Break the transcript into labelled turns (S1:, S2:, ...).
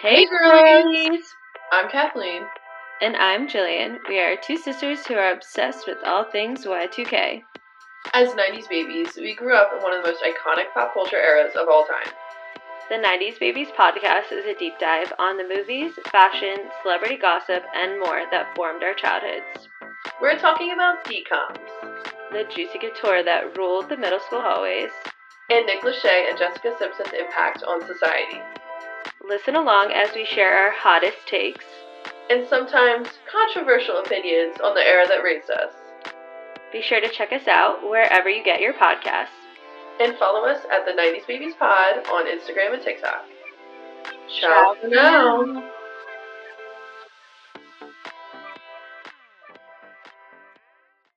S1: Hey, girlies! I'm Kathleen.
S2: And I'm Jillian. We are two sisters who are obsessed with all things Y2K.
S1: As 90s babies, we grew up in one of the most iconic pop culture eras of all time.
S2: The 90s Babies podcast is a deep dive on the movies, fashion, celebrity gossip, and more that formed our childhoods.
S1: We're talking about DCOMs
S2: The juicy couture that ruled the middle school hallways.
S1: and Nick Lachey and Jessica Simpson's impact on society,
S2: Listen along as we share our hottest takes.
S1: and sometimes controversial opinions on the era that raised us.
S2: Be sure to check us out wherever you get your podcasts.
S1: And follow us at the 90s Babies Pod on Instagram and TikTok.
S2: Ciao
S1: Ciao for now.
S2: now.